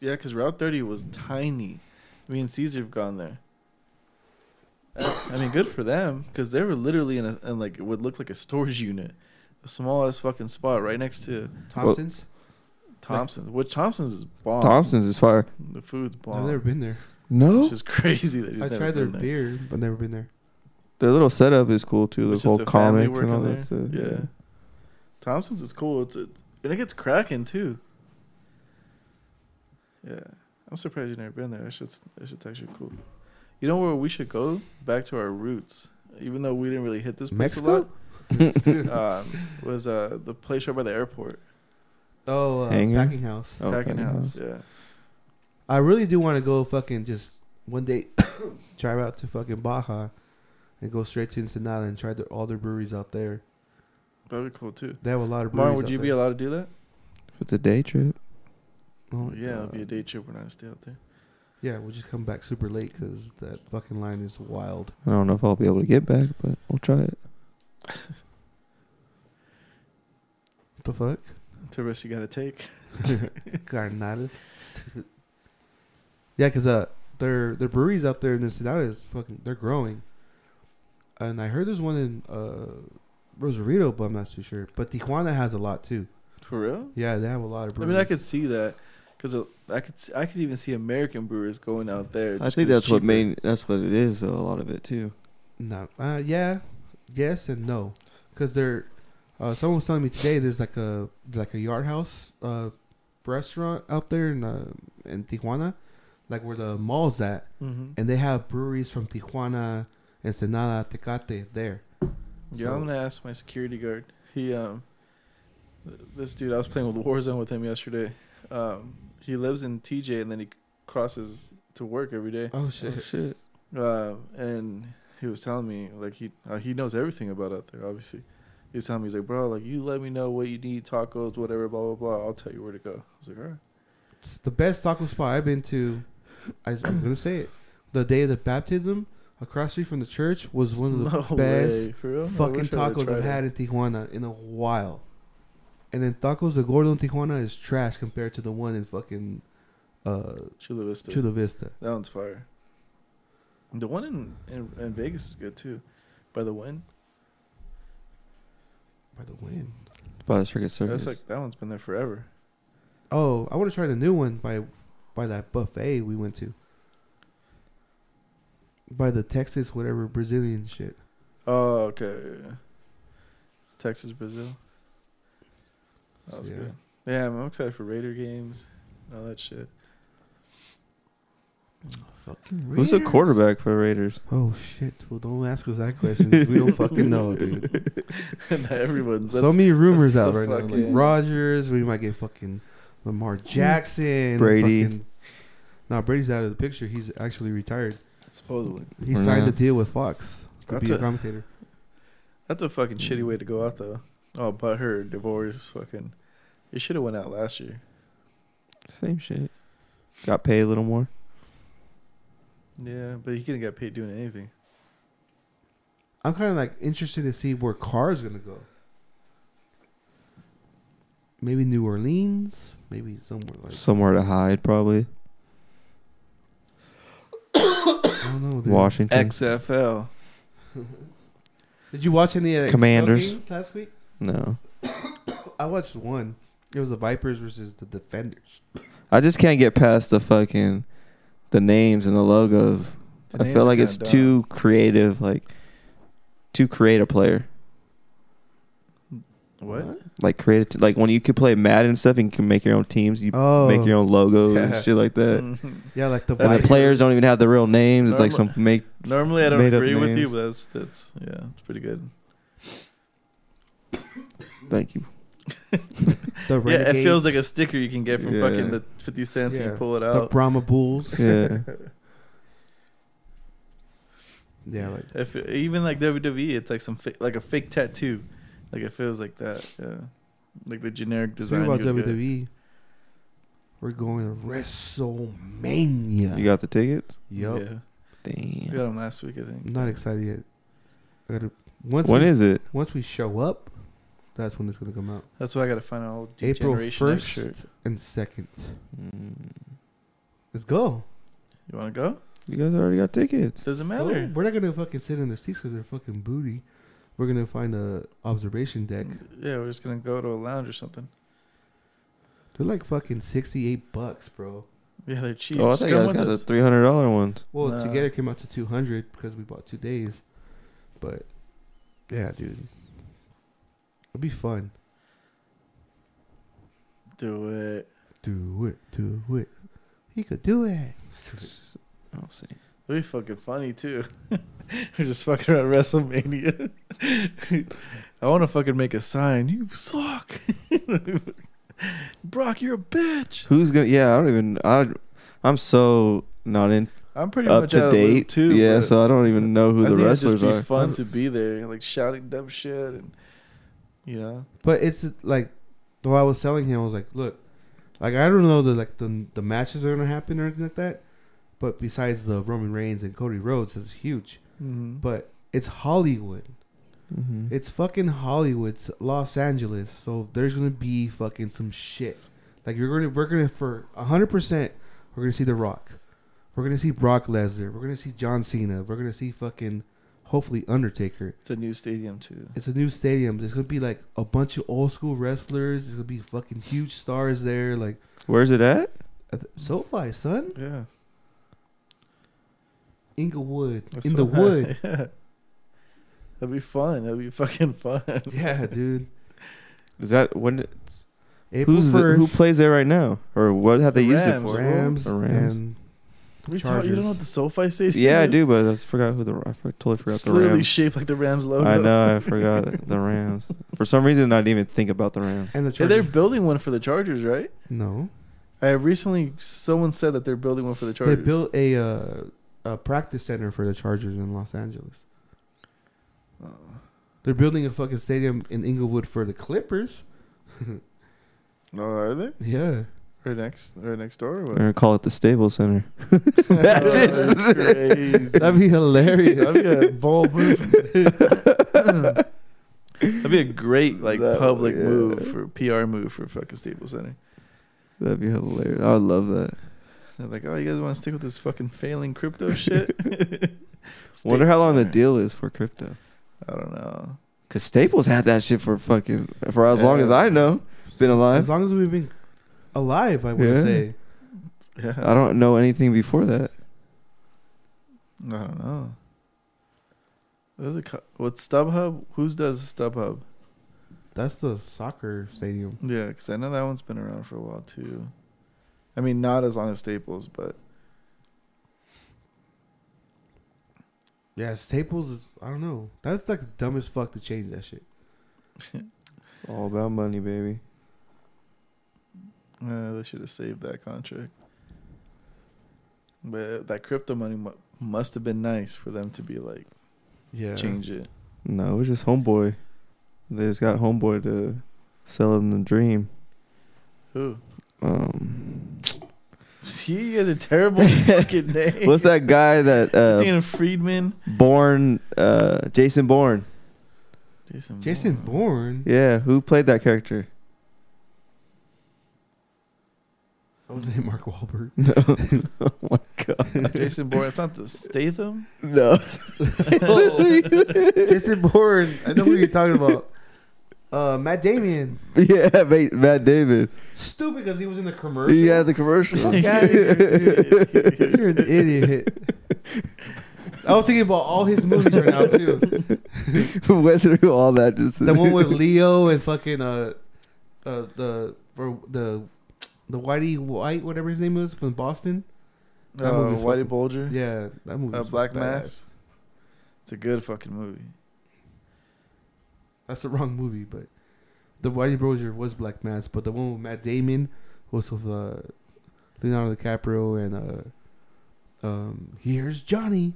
Yeah, because Route 30 was tiny. Me and Caesar have gone there. That's- I mean, good for them because they were literally in a in like it would look like a storage unit, a small ass fucking spot right next to Thompson's. Thompson's. Which Thompson's is bomb. Thompson's is fire. the food's bomb. I've never been there. No, Which is crazy that he's I never tried their been there. beer, but never been there. their little setup is cool too. The It's whole just a family comics and all working that stuff. there. Yeah. Thompson's is cool. It's, it, and it gets cracking too. Yeah, I'm surprised you've never been there. That shit's that shit's actually cool. You know where we should go? Back to our roots. Even though we didn't really hit this place Mexico? a lot, um, was uh, the place right by the airport, Oh, uh, Hanger? packing house. Oh, Packing Packing House. House. Yeah, I really do want to go fucking just one day drive out to fucking Baja and go straight to Ensenada and try their, all their breweries out there. that'd be cool too. They have a lot of breweries. Martin, would you be allowed to do that? If it's a day trip, Oh, yeah, it'll be a God. day trip. We're not gonna stay out there. Yeah, we'll just come back super late because that fucking line is wild. I don't know if I'll be able to get back, but we'll try it. What the fuck? It's a risk you gotta take. Carnal. yeah, because uh, their their breweries out there in Ensenada is fucking they're growing, and I heard there's one in uh, Rosarito, but I'm not too sure. But Tijuana has a lot too. For real? Yeah, they have a lot of I breweries. mean, I could see that because I could s- I could even see American brewers going out there. I just think 'cause it's that's what cheaper. main. That's what it is. Though, a lot of it too. No. Uh, yeah. Yes and no, because they're. Uh, someone was telling me today there's like a like a yard house uh, restaurant out there in uh, in Tijuana, like where the mall's at, Mhm. and they have breweries from Tijuana, Ensenada, Tecate there. Yeah, So- I'm gonna ask my security guard. He um, th- this dude I was playing with Warzone with him yesterday. Um, he lives in TJ and then he crosses to work every day. Oh Oh, shit. Um, and he was telling me like he uh, he knows everything about out there, obviously. He's telling me, he's like, bro, like you let me know what you need, tacos, whatever, blah blah blah. I'll tell you where to go. I was like, all right. It's the best taco spot I've been to. I, am gonna say it. The day of the baptism, across the street from the church, was one of the No best way, for real? I fucking wish I would've tacos I've tried had it. in Tijuana in a while. And then tacos de gordo in Tijuana is trash compared to the one in fucking uh, Chula Vista. Chula Vista. That one's fire. The one in, in in Vegas is good too. By the wind, By the wind. By the circuit circus. that's like that one's been there forever. Oh, I want to try the new one by by that buffet we went to. By the Texas whatever Brazilian shit. Oh, okay. yeah, yeah. Texas, Brazil. That was Yeah. good. Yeah, I'm excited for Raider games, and all that shit. Fucking Who's the quarterback for the Raiders? Oh shit! Well, don't ask us that question. 'cause we don't fucking Oh, know, dude. Not everyone's. so many rumors that's out the right now. Like fucking- Rogers, we might get fucking Lamar Jackson, Brady. Fucking, no, Brady's out of the picture. He's actually retired. supposedly. He Or signed not. a deal with Fox to That's be a a- commentator. That's a fucking shitty way to go out though. Oh, but her divorce, fucking. It should have went out last year. Same shit. Got paid a little more. Yeah, but he couldn't get paid doing anything. I'm kind of like interested to see where Carr's gonna go. Maybe New Orleans. Maybe somewhere like Somewhere to hide, probably. I don't know. Dude. Washington. XFL. Did you watch any of the Commanders. games last week? no. I watched one. It was the Vipers versus the Defenders. I just can't get past the fucking the names and the logos. The I names feel are like kinda it's dumb. too creative, like too create a player. What? Like create like when you could play Madden and stuff and you can make your own teams, you Oh, make your own logos and shit like that. yeah, like the And Mm. That's the like- Vipers. players don't even have the real names. It's like some Normal- make Normally, I don't Made up agree with you, names. but that's that's yeah, it's pretty good. thank you. The Renegades. Yeah, it feels like a sticker you can get from Yeah. fucking the fifty cents and Yeah. you pull it the out. Brahma Bulls. Yeah. Yeah, like If even like WWE, it's like some fa- like a fake tattoo, like it feels like that. Yeah, like the generic design design. about you would get. WWE. We're going to WrestleMania. You got the tickets? E, Yup. Mm. Yeah, we got Damn. them last week, I think. I'm not excited yet. I gotta, once When we, is it? once we show up, that's when it's gonna come out. That's why I gotta find an old April Generation X first shirt. and second. Mm. Let's go. You want to go? You guys already got tickets. Doesn't Oh, matter. we're not gonna fucking sit in the seats because they're fucking booty. We're gonna find a observation deck. Yeah, we're just gonna go to a lounge or something. They're like fucking sixty eight bucks, bro. Yeah, they're cheap. Oh, I Just thought you come guys with got the us. three hundred dollar ones. Well, Nah. together came out to 200 because we bought two days. But yeah, dude. It'll be fun. Do it. Do it. Do it. He could do it. I'll see. It'd be fucking funny too. We're just fucking around WrestleMania. I want to fucking make a sign. You suck, Brock. You're a bitch. Who's gonna? Yeah, I don't even. I, I'm so not in I'm pretty up much out to of the loop, date. too. yeah, but so I don't even know who I the think it'd wrestlers just be are. Fun to be there, like shouting dumb shit, and you know, But it's like, though I was telling him, I was like, look, like I don't know the like the the matches that are gonna happen or anything like that. But besides the Roman Reigns and Cody Rhodes is huge. Mm-hmm. but But it's Hollywood. Mhm. It's fucking Hollywood, it's Los Angeles. So there's gonna be fucking some shit. Like you're gonna we're gonna for hundred percent we're gonna see The Rock. We're gonna see Brock Lesnar. We're gonna see John Cena. We're gonna see fucking hopefully Undertaker. it's a new stadium too. It's a new stadium. There's gonna be like a bunch of old school wrestlers. There's gonna be fucking huge stars there. Like Where's it at? at the- SoFi, son, Yeah, Inglewood, that's in the what I- wood. yeah. That'd be fun. That'd be fucking fun. yeah, dude. Is that when? It's, April who's the, who 1st, plays there right now, or what have they used it Rams. for? Rams, The Rams. and What are you talking- You don't know what the SoFi Stadium? Yeah, I is? do, but I just forgot who the I for- totally forgot It's the literally Rams. shaped like the Rams logo. I know, I forgot the Rams. For some reason, I didn't even think about the Rams. and the Yeah, they're Chargers. building one for the Chargers, right? no. I recently someone said that they're building one for the Chargers. They built a uh, a practice center for the Chargers in Los Angeles. Oh. They're building a fucking stadium in Inglewood for the Clippers. Oh, are they Yeah. right next right next door? Or They're what? gonna call it the Stable Center. Oh, that's crazy. That'd be hilarious. That'd be a bold move. That'd be a great like That- public yeah. move for PR move for fucking Staples Center. That'd be hilarious. I would love that. They're like, oh, you guys want to stick with this fucking failing crypto shit? Wonder how Staples long the Center. deal is for crypto. I don't know. Cause Staples had that shit for fucking for as long as I know. Been As alive. long as we've been alive, I would Yeah. say. Yeah, I don't know anything before that. I don't know. There's a co- with StubHub. Who's does StubHub? That's the soccer stadium. Yeah, because I know that one's been around for a while too. I mean, not as long as Staples, but Yeah, Staples is. I don't know. That's like the dumbest fuck to change that shit. It's all about money, baby. uh, they should have saved that contract. But that crypto money mu- must have been nice for them to be like Yeah. change it. No, it was just homeboy. They just got homeboy to sell him the dream. Who? Um, You guys are terrible with fucking names. what's that guy that You're uh, thinking of Friedman? Born uh, Jason Bourne? Jason. Jason Bourne. Bourne. Yeah, who played that character? I was saying Mark Wahlberg. No, oh my god, Jason Bourne. It's not the Statham. no. Jason Bourne. I know what you're talking about. Uh, Matt Damien. yeah, mate, Matt David. Stupid because he was in the commercial. He had the commercial. Fuck outta here, dude. You're an idiot. I was thinking about all his movies right now too. Went through all that just The one with Leo and fucking uh, uh the or the the Whitey White whatever his name was from Boston. Uh, That movie's Whitey fucking- Bulger. Yeah, that movie. Uh, was Black badass. Mass. It's a good fucking movie. That's the wrong movie, but the Whitey Bulger was Black Mass, but the one with Matt Damon was with uh, Leonardo DiCaprio and uh, um, here's Johnny.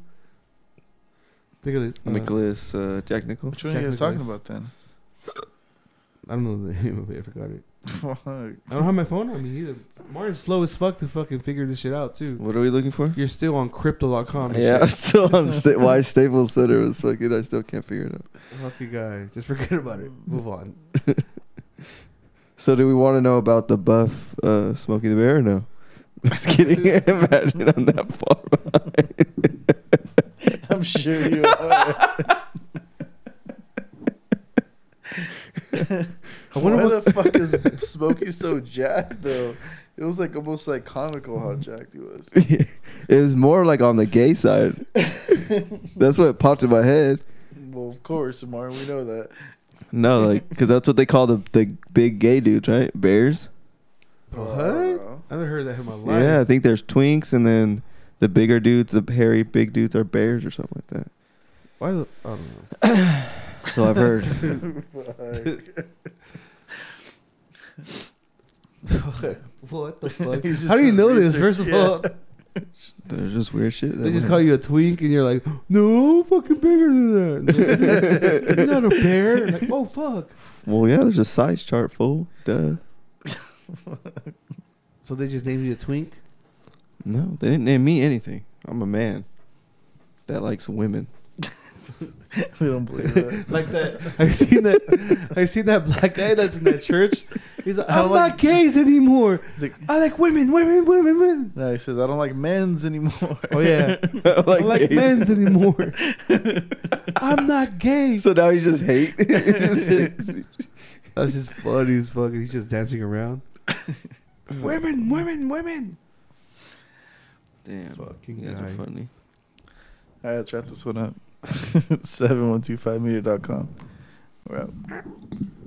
Think of it. uh, Nicholas uh, Jack Nichols. Which one are you Jack guys talking Nicholas. about then? I don't know the name of it. I forgot it. Fuck. I don't have my phone on me either. Martin's slow as fuck to fucking figure this shit out too. What are we looking for? You're still on crypto.com. And Yeah, I'm shit. still on sta- why Staples Center was fucking. I still can't figure it out. Lucky guy. Just forget about it. Move on. So, do we want to know about the buff uh, Smokey the Bear or no? Just kidding. Imagine I'm that far behind. I'm sure you are. I wonder Why what- the fuck is Smokey so jacked though? It was like almost like comical how jacked he was. it was more like on the gay side. That's what popped in my head. Well, of course, Amar, we know that. No, like because that's what they call the the big gay dudes, right? Bears. What? Uh, I never heard that in my life. Yeah, I think there's twinks, and then the bigger dudes, the hairy big dudes, are bears or something like that. Why? The, I don't know. So I've heard. What the fuck? He's just How do you doing know this? research. First of Yeah. all, there's just weird shit. that they just went call on. you a twink, and you're like, no, fucking bigger than that. You're not a bear. Like, oh fuck. Well, yeah, there's a size chart, fool. Duh. So they just named you a twink. No, they didn't name me anything. I'm a man that likes women. we don't believe that. like that. I've seen that. I've seen that black guy that's in that church. He's like, I I'm don't like- not gays anymore. He's like, I like women, women, women, women. no, he says I don't like men's anymore. Oh yeah, like, I like gays. men's anymore. I'm not gay. So now you just hate. That's just funny as fuck. He's just dancing around. women, women, women. Damn, Fucking you guys guy. are funny. All right, let's wrap this one up. 7125meter.com. We're out.